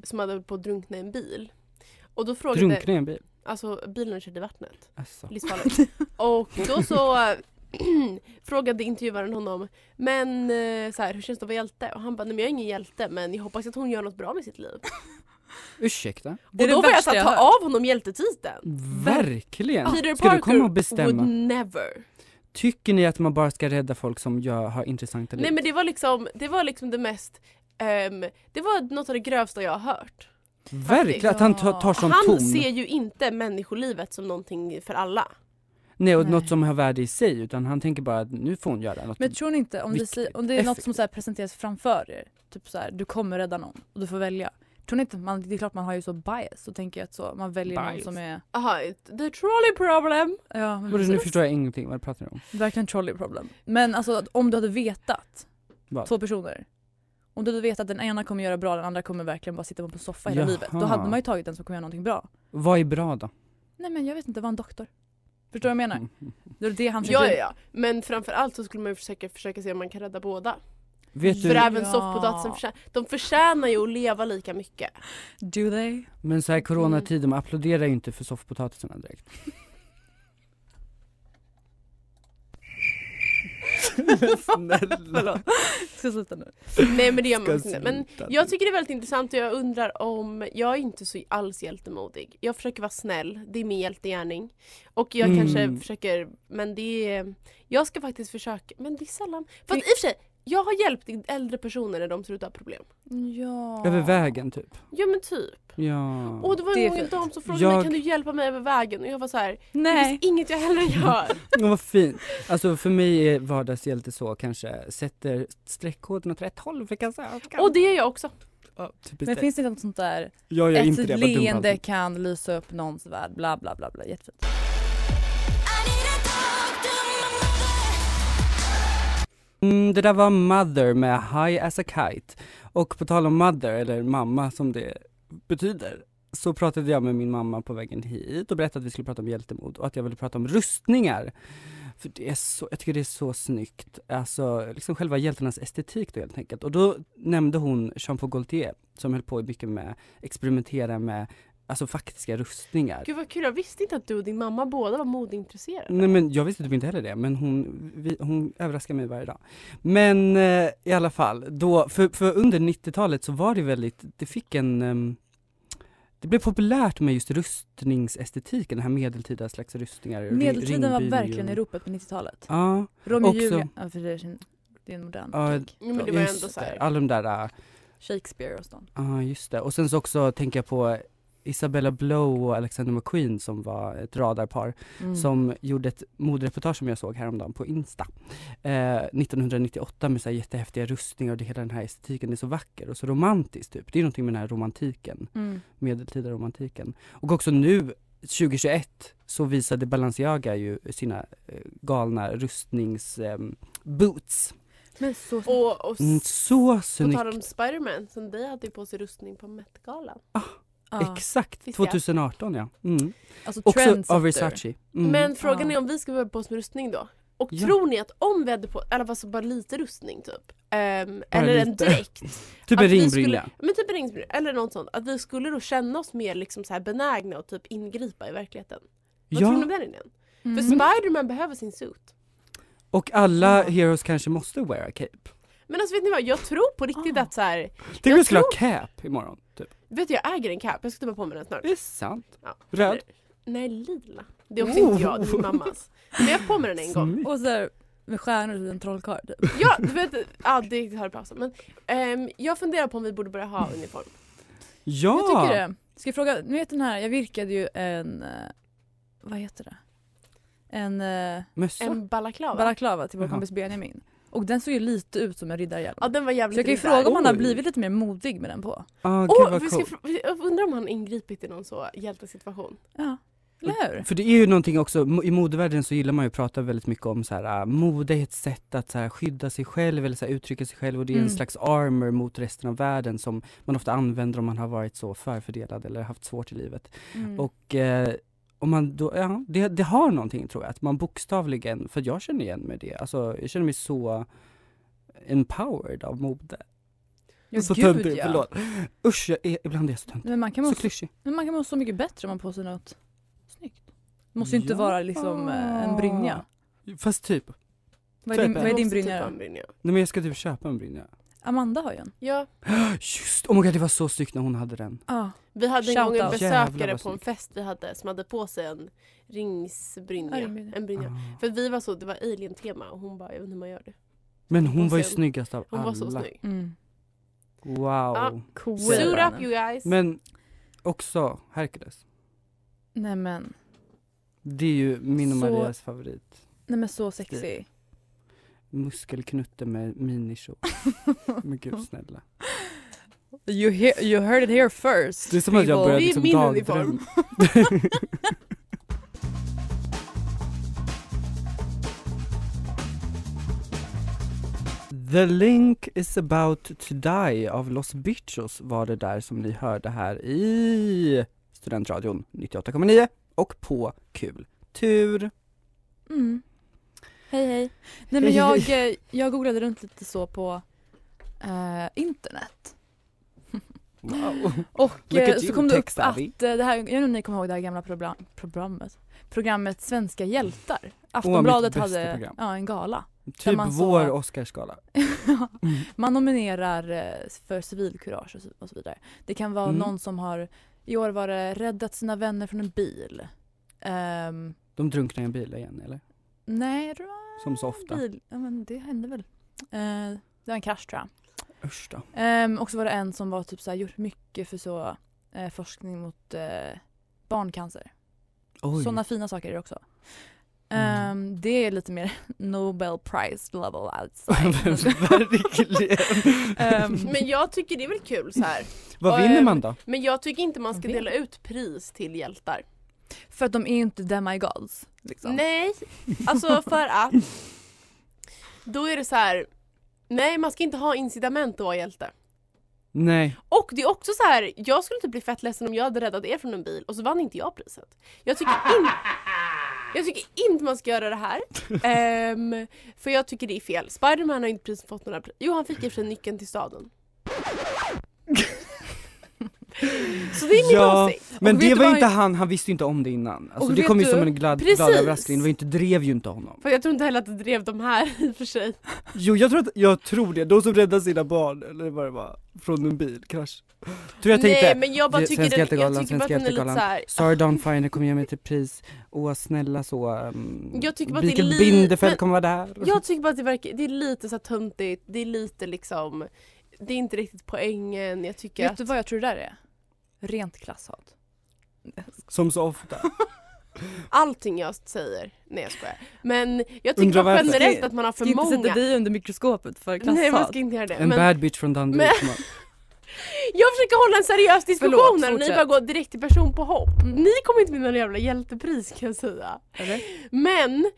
Speaker 4: som hade på att drunkna i en bil. Och då frågade,
Speaker 3: Mhm. Drunkna i en bil.
Speaker 4: alltså bilen körde i vattnet.
Speaker 3: Alltså.
Speaker 4: Livsfarligt. Och då så eh, frågade intervjuaren honom, men eh, så här, hur känns det att vara hjälte? Och han bara, nej men jag är ingen hjälte men jag hoppas att hon gör något bra med sitt liv.
Speaker 3: Ursäkta?
Speaker 5: det är
Speaker 4: och
Speaker 5: det
Speaker 4: då var jag
Speaker 5: värsta
Speaker 4: såhär,
Speaker 5: jag
Speaker 4: ta
Speaker 5: hört.
Speaker 4: av honom hjältetiteln.
Speaker 3: Verkligen!
Speaker 4: Peter
Speaker 3: Ska du komma och
Speaker 4: Parker
Speaker 3: bestämma?
Speaker 4: would never.
Speaker 3: Tycker ni att man bara ska rädda folk som gör, har intressanta liv?
Speaker 4: Nej men det var liksom det, var liksom det mest, ehm, det var något av det grövsta jag har hört. faktiskt.
Speaker 3: Verkligen, att han tar, tar som
Speaker 4: han
Speaker 3: ton.
Speaker 4: ser ju inte människolivet som någonting för alla.
Speaker 3: Nej, och
Speaker 5: Nej.
Speaker 3: något som har värde i sig, utan han tänker bara att nu får hon göra något.
Speaker 5: Men tror ni inte, om det,
Speaker 3: Viktigt.
Speaker 5: säger- om det är något som
Speaker 3: Effektivt.
Speaker 5: så här presenteras framför er, typ så här, du kommer rädda någon och du får välja. Tror ni inte, man, det är klart man har ju så bias, så tänker jag att så, man väljer någon
Speaker 3: Bias.
Speaker 5: som är,
Speaker 4: Aha, the trolley problem.
Speaker 5: ja men
Speaker 3: Vadå, nu
Speaker 5: precis,
Speaker 3: förstår jag ingenting vad du pratar om.
Speaker 5: verkligen trolley problem. Men alltså att om du hade vetat,
Speaker 3: Vad?
Speaker 5: två personer, om du hade vetat att den ena kommer göra bra, den andra kommer verkligen bara sitta på en soffa hela
Speaker 3: Jaha.
Speaker 5: livet, då hade man ju tagit den som kommer göra någonting bra.
Speaker 3: Vad är bra då?
Speaker 5: Nej men jag vet inte, var en doktor. Förstår du vad jag menar?
Speaker 3: Mm.
Speaker 5: Det är det han
Speaker 4: Ja, ja,
Speaker 5: försöker-
Speaker 4: ja. Men framförallt så skulle man ju försöka, försöka se om man kan rädda båda.
Speaker 3: Vet
Speaker 4: För
Speaker 3: du,
Speaker 4: även
Speaker 5: Ja.
Speaker 4: soffpotatisen förtjänar, de förtjänar ju att leva lika mycket.
Speaker 5: Do they?
Speaker 3: men så här i coronatiden, man applåderar ju inte för soffpotatisarna direkt. Snälla.
Speaker 5: Ska jag sluta nu?
Speaker 4: Nej men det gör man inte.
Speaker 3: Ska
Speaker 4: Mm. Men
Speaker 3: sluta
Speaker 4: jag tycker det är väldigt intressant och jag undrar om, jag är inte så alls hjältemodig. Jag försöker vara snäll, det är min hjältegärning. Och jag
Speaker 3: Mm.
Speaker 4: kanske försöker, men det är, jag ska faktiskt försöka, men det är sällan. För att i och för sig, jag har hjälpt äldre personer när de ser ut att ha problem.
Speaker 5: Ja.
Speaker 3: Över vägen typ.
Speaker 4: Ja men typ.
Speaker 3: Ja.
Speaker 4: Och det var
Speaker 5: Det är
Speaker 4: en gång en
Speaker 5: fint.
Speaker 4: dam som frågade mig
Speaker 3: Jag-
Speaker 4: kan du hjälpa mig över vägen? Och jag var så här, det
Speaker 5: Nej.
Speaker 4: finns inget jag hellre gör.
Speaker 3: Åh, vad fint. Alltså för mig är vardagshjälte så kanske, sätter streckkoden åt rätt håll för kanske.
Speaker 4: och det är jag också.
Speaker 5: Men finns det inte något sånt där
Speaker 3: jag gör
Speaker 5: Ett
Speaker 3: inte det, jag bara dumpar
Speaker 5: leende
Speaker 3: allting.
Speaker 5: kan lysa upp någons värld, bla bla bla. bla. Jättefint.
Speaker 3: Mm, det där var Mother med High as a kite. Och på tal om mother, eller mamma som det betyder, så pratade jag med min mamma på vägen hit och berättade att vi skulle prata om hjältemod och att jag ville prata om rustningar. För det är så, jag tycker det är så snyggt, alltså liksom själva hjältarnas estetik då helt enkelt. Och då nämnde hon Jean Paul Gaultier som höll på mycket med, experimentera med, alltså faktiska rustningar.
Speaker 4: Gud vad kul, jag visste inte att du och din mamma båda var modeintresserade.
Speaker 3: Nej men jag visste typ inte heller det, men hon, vi, hon överraskar mig varje dag. Men eh, i alla fall, då, för, för under 90-talet så var det väldigt, det fick en ehm, det blev populärt med just rustningsestetiken, den här medeltida slags rustningar. ri-
Speaker 5: Medeltiden var
Speaker 3: ringby
Speaker 5: verkligen
Speaker 3: och-
Speaker 5: i ropet på 90-talet.
Speaker 3: Ja,
Speaker 5: Romeo och
Speaker 3: också-
Speaker 5: Julia, ja, för det är, sin, det är en modern
Speaker 3: Ja,
Speaker 5: replik.
Speaker 4: Jo, Mm, men det var ju
Speaker 3: just
Speaker 4: ändå så
Speaker 3: det.
Speaker 4: här.
Speaker 3: Alla de där, ja
Speaker 5: Shakespeare och sånt.
Speaker 3: just det. Och sen så också tänker jag på Isabella Blow och Alexander McQueen som var ett radarpar.
Speaker 5: Mm.
Speaker 3: som gjorde ett modereportage som jag såg häromdagen på Insta. Eh, 1998 med så här jättehäftiga rustningar och det, hela den här estetiken är så vacker och så romantisk typ. Det är någonting med den här romantiken,
Speaker 5: Mm.
Speaker 3: medeltida romantiken. Och också nu 2021 så visade Balenciaga ju sina eh, galna rustnings eh, boots.
Speaker 5: Men så
Speaker 4: Och, och
Speaker 3: Mm, så
Speaker 4: På
Speaker 3: snyggt!
Speaker 4: tal om Spiderman, som dig hade ju på sig rustning på Met-galan.
Speaker 5: ja.
Speaker 3: Exakt!
Speaker 4: Visst ja.
Speaker 3: 2018 ja. Mm.
Speaker 5: Alltså
Speaker 3: Också
Speaker 5: trendsetter.
Speaker 3: av Versace. Mm.
Speaker 4: Men frågan
Speaker 5: Ja.
Speaker 4: är om vi ska börja på oss med rustning då? Och
Speaker 3: Ja.
Speaker 4: tror ni att om vi hade på, eller alltså bara lite rustning typ, ehm,
Speaker 3: Bara
Speaker 4: eller en
Speaker 3: lite.
Speaker 4: dräkt,
Speaker 3: Typ
Speaker 4: Att
Speaker 3: en
Speaker 4: vi skulle-
Speaker 3: ringbrynja.
Speaker 4: men typ en ringbrynja eller något sånt, att vi skulle då känna oss mer liksom så här benägna och typ ingripa i verkligheten. Vad tror ni om
Speaker 3: Ja,
Speaker 4: den idén?
Speaker 5: Mm.
Speaker 4: För Spiderman behöver sin suit.
Speaker 3: och alla heroes kanske måste wear a cape.
Speaker 4: Men alltså vet ni vad, jag tror på riktigt
Speaker 5: Ah.
Speaker 4: att så här,
Speaker 3: Tänk om
Speaker 4: Jag
Speaker 3: vi skulle ha cap imorgon, typ.
Speaker 4: vet du jag äger en cap, jag ska ta på mig den snart.
Speaker 3: Det är sant.
Speaker 4: Ja.
Speaker 3: Röd.
Speaker 4: Nej lila. Det är också inte jag, det är
Speaker 5: Oh.
Speaker 4: min mammas. Men jag har på mig den en gång.
Speaker 3: Snyggt.
Speaker 5: Och sådär med stjärnor och en trollkarl typ.
Speaker 4: Ja, du vet, ja det har du pratat om. Men ehm, jag funderar på om vi borde börja ha
Speaker 5: Mm.
Speaker 4: uniform.
Speaker 3: Ja!
Speaker 5: Jag tycker det. Ska jag fråga, ni vet den här, jag virkade ju en, eh, vad heter det? En eh,
Speaker 3: Mössa.
Speaker 4: En balaklava.
Speaker 5: balaklava till vår
Speaker 3: Jaha.
Speaker 5: kompis Benjamin. Och den såg ju lite ut som en riddarhjälm.
Speaker 4: ja den var
Speaker 5: Så
Speaker 4: jävligt
Speaker 5: jag kan ju
Speaker 4: ridder.
Speaker 5: fråga om han har
Speaker 3: Oj.
Speaker 5: blivit lite mer modig med den på.
Speaker 3: Ah, gud
Speaker 4: Åh,
Speaker 3: vad
Speaker 4: vi ska,
Speaker 3: coolt.
Speaker 4: fr- jag undrar om han ingripit i någon så hjältesituation.
Speaker 5: Ja, eller hur?
Speaker 3: För det är ju någonting också, mo- i modevärlden så gillar man ju att prata väldigt mycket om så här, äh, mode är ett sätt att så här, skydda sig själv eller så här, uttrycka sig själv och det är en
Speaker 5: Mm.
Speaker 3: slags armor mot resten av världen som man ofta använder om man har varit så förfördelad eller haft svårt i livet.
Speaker 5: Mm.
Speaker 3: Och eh, om man då, ja, det, det har någonting tror jag, att man bokstavligen, för jag känner igen mig i det, alltså jag känner mig så empowered av mode.
Speaker 5: Ja,
Speaker 3: så
Speaker 5: gud,
Speaker 3: töntig,
Speaker 5: ja.
Speaker 3: förlåt. Usch, jag är, ibland är jag så töntig.
Speaker 5: Men man kan
Speaker 3: Så
Speaker 5: må
Speaker 3: klyschig.
Speaker 5: Men man kan må så mycket bättre om man har på sig något snyggt. Det måste ju inte
Speaker 3: Ja.
Speaker 5: vara liksom eh, en brynja.
Speaker 3: Fast typ,
Speaker 5: Vad är din,
Speaker 3: Typ.
Speaker 5: vad är din
Speaker 4: Måste typ
Speaker 5: brynja
Speaker 4: ha
Speaker 5: då?
Speaker 4: en brynja.
Speaker 3: nej men jag ska typ köpa en brynja.
Speaker 5: Amanda har ju en.
Speaker 4: Ja,
Speaker 3: Just, oh my god det var så snyggt när hon hade den.
Speaker 5: Ja.
Speaker 4: vi hade en gång
Speaker 5: Shout
Speaker 4: en
Speaker 5: out.
Speaker 3: Jävlar,
Speaker 4: besökare
Speaker 3: vad
Speaker 4: på en
Speaker 3: snyggt.
Speaker 4: fest vi hade som hade på sig en ringsbrynja.
Speaker 5: Ja, ringbrynja.
Speaker 4: En brynja.
Speaker 3: Ah.
Speaker 4: För vi var så, det var alien-tema och hon bara, jag vet inte hur man gör det.
Speaker 3: Men hon
Speaker 4: Och
Speaker 3: var ju
Speaker 4: sen-
Speaker 3: snyggast av
Speaker 4: Hon
Speaker 3: alla.
Speaker 4: var så snygg.
Speaker 5: Mm.
Speaker 3: Wow.
Speaker 4: Ja.
Speaker 5: Cool.
Speaker 4: Suit up you guys!
Speaker 3: Men också Hercules.
Speaker 5: Nej men,
Speaker 3: Det är ju min och
Speaker 5: Så-
Speaker 3: Marias favorit.
Speaker 5: nej men så sexig.
Speaker 3: Muskelknutte med miniskjorts. Men gud snälla.
Speaker 5: You, he- you heard it here first.
Speaker 3: Det är som att jag
Speaker 5: people.
Speaker 3: börjar
Speaker 4: Det är
Speaker 3: liksom
Speaker 4: min
Speaker 3: dagdrömma. The Link is about to die av Los Bichos var det där som ni hörde här i Studentradion 98,9 och på Kul Tur.
Speaker 5: Mm. Hej hej. Nej men
Speaker 3: Hej,
Speaker 5: jag, eh, jag googlade runt lite så på eh, internet.
Speaker 3: Wow.
Speaker 5: Och
Speaker 3: Look
Speaker 5: eh,
Speaker 3: at
Speaker 5: så
Speaker 3: you,
Speaker 5: kom det upp att
Speaker 3: tech-savvy.
Speaker 5: eh, det här, jag vet inte om ni kommer ihåg det här gamla program, programmet, programmet Svenska hjältar.
Speaker 3: mitt
Speaker 5: Aftonbladet
Speaker 3: bästa
Speaker 5: hade
Speaker 3: program.
Speaker 5: ja, en gala.
Speaker 3: Typ
Speaker 5: man så-
Speaker 3: vår Oscarsgala. Mm.
Speaker 5: Man nominerar eh, för civilkurage och så- och så vidare. Det kan vara
Speaker 3: Mm.
Speaker 5: någon som har, i år var det räddat sina vänner från en bil. Ehm,
Speaker 3: De drunknar i en bil igen eller?
Speaker 5: nej, jag tror det var
Speaker 3: Som så
Speaker 5: en
Speaker 3: ofta.
Speaker 5: Bil. Ja, men det hände väl. Eh, det var en krasch tror jag.
Speaker 3: Usch då.
Speaker 5: Ehm, och så var det en som var typ så här, gjort mycket för så eh, forskning mot eh, barncancer.
Speaker 3: Oj.
Speaker 5: Sådana fina saker är det också.
Speaker 3: Mm.
Speaker 5: Ehm, det är lite mer Nobel Prize level alltså.
Speaker 3: Verkligen.
Speaker 5: Ehm,
Speaker 4: Men jag tycker det är väl kul så här.
Speaker 3: Vad vinner
Speaker 5: eh,
Speaker 3: man då?
Speaker 4: Men jag tycker inte man ska
Speaker 5: Jag vet.
Speaker 4: dela ut pris till hjältar.
Speaker 5: för att de är ju inte demigods. Liksom.
Speaker 4: Nej, alltså för att då är det så här. Nej man ska inte ha incitament att vara hjälte.
Speaker 3: Nej.
Speaker 4: Och det är också så här, jag skulle inte bli fett ledsen om jag hade räddat er från en bil och så vann inte jag priset. Jag tycker, in, jag tycker inte man ska göra det här. Ehm, för jag tycker det är fel. Spiderman har inte precis fått några pris. Jo han fick i och för sig nyckeln till staden. Så det är min
Speaker 3: Ja,
Speaker 4: åsikt.
Speaker 3: Men
Speaker 5: Och vet
Speaker 3: det
Speaker 5: du
Speaker 3: var ju
Speaker 5: vad-
Speaker 3: inte han, han visste ju inte om det innan. Alltså,
Speaker 5: Och
Speaker 3: det
Speaker 5: vet
Speaker 3: kom ju
Speaker 5: du-
Speaker 3: som en glad, glad
Speaker 4: Precis.
Speaker 3: överraskning, det, var ju inte, drev ju inte honom.
Speaker 4: För jag tror inte heller att det drev de här i och för sig.
Speaker 3: Jo jag tror, att, jag tror det, de som räddar sina barn eller vad det var, från en bilkrasch. Tror jag tänkte,
Speaker 4: Nej men jag bara
Speaker 3: det-
Speaker 4: tycker,
Speaker 3: Svenska
Speaker 4: den, jag tycker bara
Speaker 3: Hjältegalan,
Speaker 4: att den
Speaker 3: Svenska
Speaker 4: är lite
Speaker 3: Hjältegalan.
Speaker 4: så här.
Speaker 3: Sorry Don Finer kom ge mig till pris, åh snälla så, um,
Speaker 4: Jag tycker bara att det är
Speaker 3: Mikael
Speaker 4: li-
Speaker 3: Bindefeld
Speaker 4: men-
Speaker 3: kommer vara där.
Speaker 4: Jag tycker bara att det verkar, det är lite så här töntigt, det är lite liksom det är inte riktigt poängen, jag tycker
Speaker 5: Vet
Speaker 4: att...
Speaker 5: du vad jag tror det där är? Rent klasshat.
Speaker 3: Som så ofta.
Speaker 4: Allting jag säger, nej jag skojar. Men jag tycker
Speaker 3: Undrar
Speaker 4: bara
Speaker 3: varför.
Speaker 4: generellt att man har för många...
Speaker 5: dig under mikroskopet för
Speaker 4: Nej man ska inte göra det.
Speaker 3: En
Speaker 4: Men
Speaker 3: bad bitch från liksom. Danderyd.
Speaker 4: Men-
Speaker 3: som har-
Speaker 4: jag försöker hålla en seriös diskussion
Speaker 5: Förlåt,
Speaker 4: här och ni
Speaker 5: fortsätt.
Speaker 4: bara går direkt till person på hopp.
Speaker 5: Mm.
Speaker 4: Ni kommer inte vinna någon jävla hjältepris kan jag säga.
Speaker 5: Eller?
Speaker 4: Men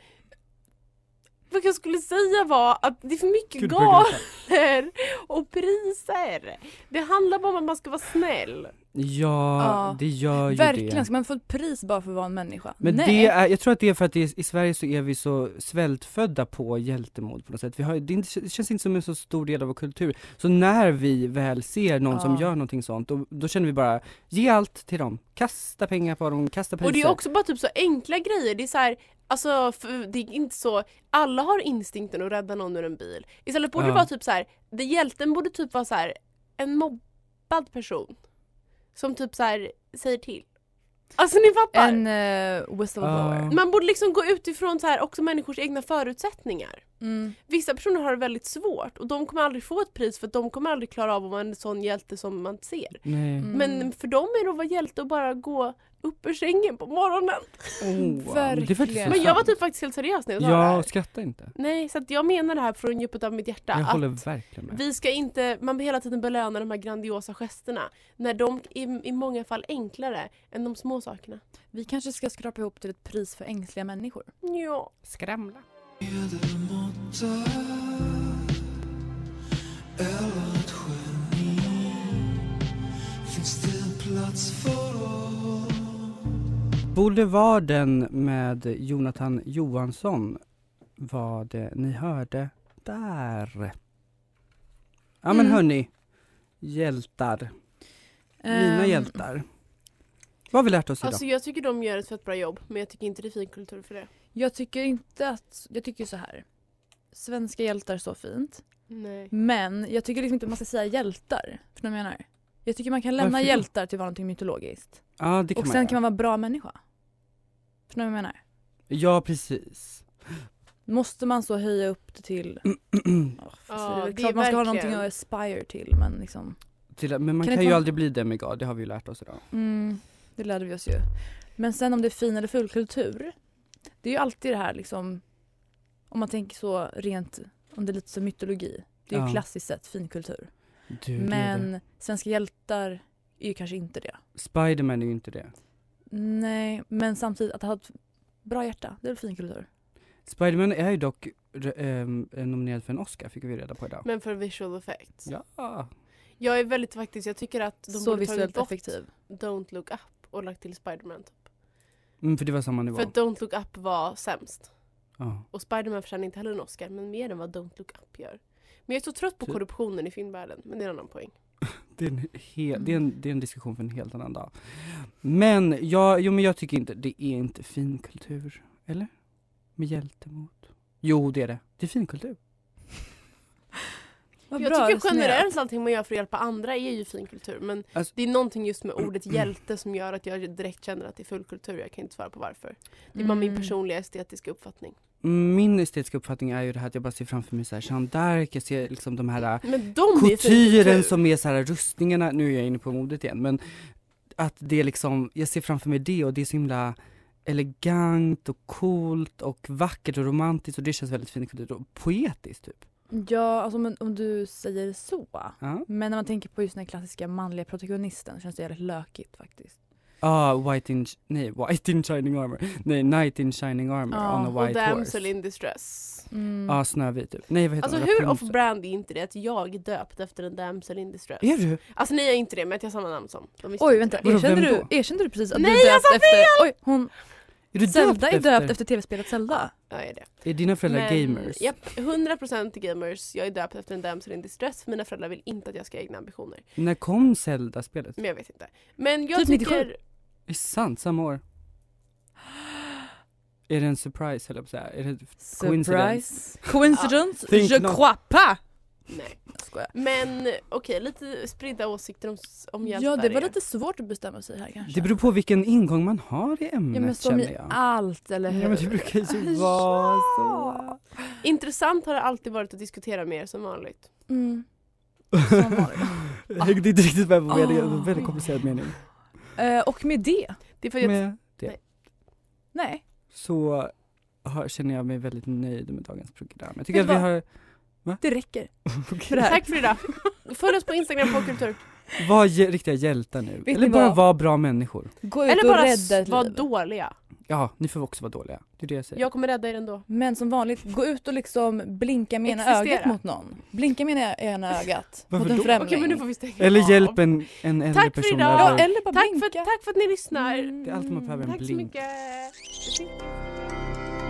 Speaker 4: vad jag skulle säga var att det är för mycket
Speaker 3: Kuddbuggen.
Speaker 4: galor och priser. Det handlar bara om att man ska vara snäll.
Speaker 3: Ja,
Speaker 5: Ja,
Speaker 3: det gör ju
Speaker 5: Verkligen,
Speaker 3: det.
Speaker 5: ska man få ett pris bara för att vara en människa?
Speaker 3: Men
Speaker 5: Nej.
Speaker 3: det är, jag tror att det är för att det är, i Sverige så är vi så svältfödda på hjältemod på något sätt. Vi har, det, är inte, det känns inte som en så stor del av vår kultur. Så när vi väl ser någon som
Speaker 5: Ja.
Speaker 3: gör någonting sånt, då, då känner vi bara, ge allt till dem. Kasta pengar på dem, kasta priser.
Speaker 4: Och det är också bara typ så enkla grejer. Det är så här, alltså för det är inte så, alla har instinkten att rädda någon ur en bil. Istället borde
Speaker 3: Ja.
Speaker 4: det vara typ så här, det hjälten borde typ vara så här en mobbad person. Som typ så här säger till. Alltså ni fattar.
Speaker 5: En uh, whistleblower.
Speaker 3: Ja.
Speaker 4: Man borde liksom gå utifrån så här också människors egna förutsättningar.
Speaker 5: Mm.
Speaker 4: Vissa personer har det väldigt svårt och de kommer aldrig få ett pris för att de kommer aldrig klara av att vara en sån hjälte som man ser.
Speaker 3: Nej.
Speaker 5: Mm.
Speaker 4: Men för dem är det att vara hjälte och bara gå upp ur sängen på morgonen.
Speaker 3: Oh, Det är faktiskt
Speaker 5: Verkligen.
Speaker 3: så
Speaker 4: Men jag var
Speaker 3: sant.
Speaker 4: typ faktiskt helt seriös när jag sa det
Speaker 3: Ja,
Speaker 4: här.
Speaker 3: skratta inte.
Speaker 4: Nej, så att jag menar det här från djupet av mitt hjärta.
Speaker 3: Jag håller
Speaker 4: Att
Speaker 3: verkligen med.
Speaker 4: vi ska inte, man behöver hela tiden belöna de här grandiosa gesterna. När de i, i många fall enklare än de små sakerna.
Speaker 5: Vi kanske ska skrapa ihop till ett pris för ängsliga människor.
Speaker 4: Ja.
Speaker 3: Skramla. Boulevarden med Jonathan Johansson var det ni hörde där. Ja men
Speaker 5: Mm.
Speaker 3: hörni, hjältar. Mina
Speaker 5: Ehm,
Speaker 3: hjältar. Vad har vi lärt oss idag?
Speaker 4: Alltså jag tycker de gör ett fett bra jobb men jag tycker inte det är finkultur för det.
Speaker 5: Ehm, Jag tycker inte att, jag tycker så här. Svenska hjältar så fint.
Speaker 4: Nej.
Speaker 5: Men jag tycker liksom inte man ska säga hjältar. Förstår du vad jag menar? Jag tycker man kan lämna
Speaker 3: Varför då?
Speaker 5: hjältar till att vara någonting mytologiskt.
Speaker 3: ja det kan
Speaker 5: Och
Speaker 3: man,
Speaker 5: sen
Speaker 3: göra.
Speaker 5: kan man vara bra människa. Förstår du vad jag menar?
Speaker 3: Ja precis.
Speaker 5: Måste man så höja upp det till... Oh,
Speaker 4: Ja,
Speaker 5: det är
Speaker 4: det
Speaker 5: klart
Speaker 4: är
Speaker 5: man ska ha
Speaker 4: verkligen-
Speaker 5: någonting att aspire till men liksom...
Speaker 3: Till, men man
Speaker 5: Kan
Speaker 3: kan,
Speaker 5: det
Speaker 3: ju
Speaker 5: ta-
Speaker 3: aldrig bli demigod, det har vi ju lärt oss idag.
Speaker 5: Mm, det lärde vi oss ju. Men sen om det är fin eller ful kultur. Det är ju alltid det här liksom, om man tänker så rent, om det är lite som mytologi. Det är ju
Speaker 3: Ja.
Speaker 5: klassiskt sett fin kultur.
Speaker 3: Du,
Speaker 5: Men svenska hjältar är ju kanske inte det.
Speaker 3: Spiderman är ju inte det.
Speaker 5: Nej, men samtidigt att ha ett bra hjärta, det är väl fin kultur.
Speaker 3: Spiderman är ju dock ähm, nominerad för en Oscar, fick vi reda på idag.
Speaker 4: Men för visual effects.
Speaker 3: Ja.
Speaker 4: Jag är väldigt faktiskt, jag tycker att de
Speaker 5: så
Speaker 4: borde tagit
Speaker 5: visuellt
Speaker 4: bort
Speaker 5: effektiv.
Speaker 4: Don't look up och lagt till Spiderman.
Speaker 3: Mm, för det var samma nivå.
Speaker 4: För att Don't look up var sämst.
Speaker 3: Ja.
Speaker 4: Och Spiderman förtjänar inte heller en Oscar men mer än vad Don't look up gör. Men jag är så trött på
Speaker 3: Ty-
Speaker 4: korruptionen i filmvärlden. Men det är en annan poäng.
Speaker 3: Det, är en he- det, är en, det är en diskussion för en helt annan dag. Men jag, jo, men jag tycker inte, det är inte fin kultur. Eller? Med hjältemod. Jo, det är det. Det är fin kultur.
Speaker 5: Vad
Speaker 4: jag
Speaker 5: bra
Speaker 4: tycker
Speaker 5: resonerat.
Speaker 4: generellt allting man gör för att hjälpa andra är ju finkultur. Men
Speaker 3: Alltså-
Speaker 4: det är någonting just med ordet hjälte som gör att jag direkt känner att det är fullkultur. Jag kan inte svara på varför. Det är bara min
Speaker 5: Mm.
Speaker 4: personliga estetiska uppfattning.
Speaker 3: Mm, Min estetiska uppfattning är ju det här att jag bara ser framför mig så här Jeanne d'Arc, jag ser liksom de här
Speaker 4: Men de är ju typ
Speaker 3: Couturen
Speaker 4: finkultur.
Speaker 3: som är så här rustningarna, nu är jag inne på modet igen, men att det är liksom, jag ser framför mig det och det är så himla elegant och coolt och vackert och romantiskt och det känns väldigt fint kultur och poetiskt typ.
Speaker 5: Ja, alltså om, om du säger så.
Speaker 3: Ja,
Speaker 5: Men när man tänker på just den här klassiska manliga protagonisten känns det jävligt lökigt faktiskt.
Speaker 3: ah, white in, nej, white in shining armor, nej, knight in shining armor
Speaker 5: Ja,
Speaker 3: on a
Speaker 4: Och
Speaker 3: white horse.
Speaker 5: liksom-
Speaker 4: damsel in distress.
Speaker 5: Mm.
Speaker 3: Ja, ah, Snövit typ. Nej, vad heter
Speaker 4: Alltså
Speaker 3: hon?
Speaker 4: hur
Speaker 3: Rapunzel.
Speaker 4: off-brand är inte det att jag är döpt efter en damsel in distress?
Speaker 3: Är du?
Speaker 4: Alltså nej jag är inte det men att jag har samma namn som. De visste
Speaker 5: Oj
Speaker 4: inte
Speaker 5: vänta,
Speaker 4: det.
Speaker 3: Vadå,
Speaker 5: erkände
Speaker 3: vem
Speaker 5: du, erkände du precis att
Speaker 4: Nej,
Speaker 5: du är
Speaker 4: jag
Speaker 5: döpt
Speaker 4: sa
Speaker 5: efter... Oj, hon,
Speaker 3: Är du
Speaker 5: Zelda är döpt
Speaker 3: efter?
Speaker 5: efter tv-spelet Zelda.
Speaker 4: Ja, jag är det.
Speaker 3: Är dina föräldrar
Speaker 4: Men,
Speaker 3: gamers?
Speaker 4: Japp, 100% gamers. Jag är döpt efter en damsel in distress för mina föräldrar vill inte att jag ska ha egna ambitioner.
Speaker 3: När kom Zelda-spelet?
Speaker 4: Men jag vet inte. Men jag
Speaker 5: Typ 97.
Speaker 4: tycker...
Speaker 3: Är det sant? Samma år?
Speaker 4: Ah.
Speaker 3: Är det en surprise höll jag på att säga. Är det Coincidence.
Speaker 5: Surprise. Coincidence?
Speaker 3: Think
Speaker 5: Je
Speaker 3: not.
Speaker 5: crois pas!
Speaker 4: Nej.
Speaker 5: Skojar.
Speaker 4: Men okej, lite spridda åsikter om, om hjältar.
Speaker 5: Ja det
Speaker 4: är.
Speaker 5: var lite svårt att bestämma sig här kanske.
Speaker 3: Det beror på vilken ingång man har i ämnet
Speaker 5: ja, men som
Speaker 3: Mm, känner
Speaker 5: i
Speaker 3: jag.
Speaker 5: allt eller hur? Alltså,
Speaker 3: Ja, men det brukar ju vara så.
Speaker 4: Intressant har det alltid varit att diskutera med er som vanligt.
Speaker 5: Mm. Som vanligt.
Speaker 3: Jag hängde inte riktigt med på
Speaker 5: Ah.
Speaker 3: meningen, det var en väldigt komplicerad mening.
Speaker 5: Eh, och med det,
Speaker 4: Det är för att jag,
Speaker 3: Med det
Speaker 4: Nej.
Speaker 5: nej.
Speaker 3: så har, känner jag mig väldigt nöjd med dagens program. Jag tycker
Speaker 5: Vet
Speaker 3: att
Speaker 5: du
Speaker 3: vi har,
Speaker 5: Det räcker.
Speaker 3: Okej.
Speaker 5: För det här.
Speaker 4: Tack för idag. Följ oss på Instagram på kultur.
Speaker 3: var ge- riktiga hjältar nu.
Speaker 5: ni
Speaker 3: Eller bara
Speaker 5: vad?
Speaker 3: vara bra människor.
Speaker 5: Gå ut
Speaker 4: Eller
Speaker 5: och
Speaker 4: bara
Speaker 5: rädda
Speaker 4: s-
Speaker 5: ett
Speaker 4: var
Speaker 5: liv.
Speaker 4: dåliga.
Speaker 3: Ja, ni får också vara dåliga. Det är det jag säger.
Speaker 7: Jag kommer rädda er ändå.
Speaker 5: Men som vanligt, gå ut och liksom blinka med ena
Speaker 7: Existera.
Speaker 5: ögat mot någon. Blinka med ena- ena ögat.
Speaker 3: Varför
Speaker 5: mot en
Speaker 3: då?
Speaker 7: Okej
Speaker 5: främling.
Speaker 7: men nu får vi stänga
Speaker 3: Eller
Speaker 7: av.
Speaker 3: hjälp en, en äldre
Speaker 7: Tack för
Speaker 3: person.
Speaker 7: idag.
Speaker 3: över-
Speaker 5: Ja, eller bara
Speaker 7: Tack för,
Speaker 5: blinka. Mm.
Speaker 7: tack för att ni lyssnar.
Speaker 3: Mm. Det är alltid man behöver en
Speaker 7: Tack så
Speaker 3: blink.
Speaker 7: mycket.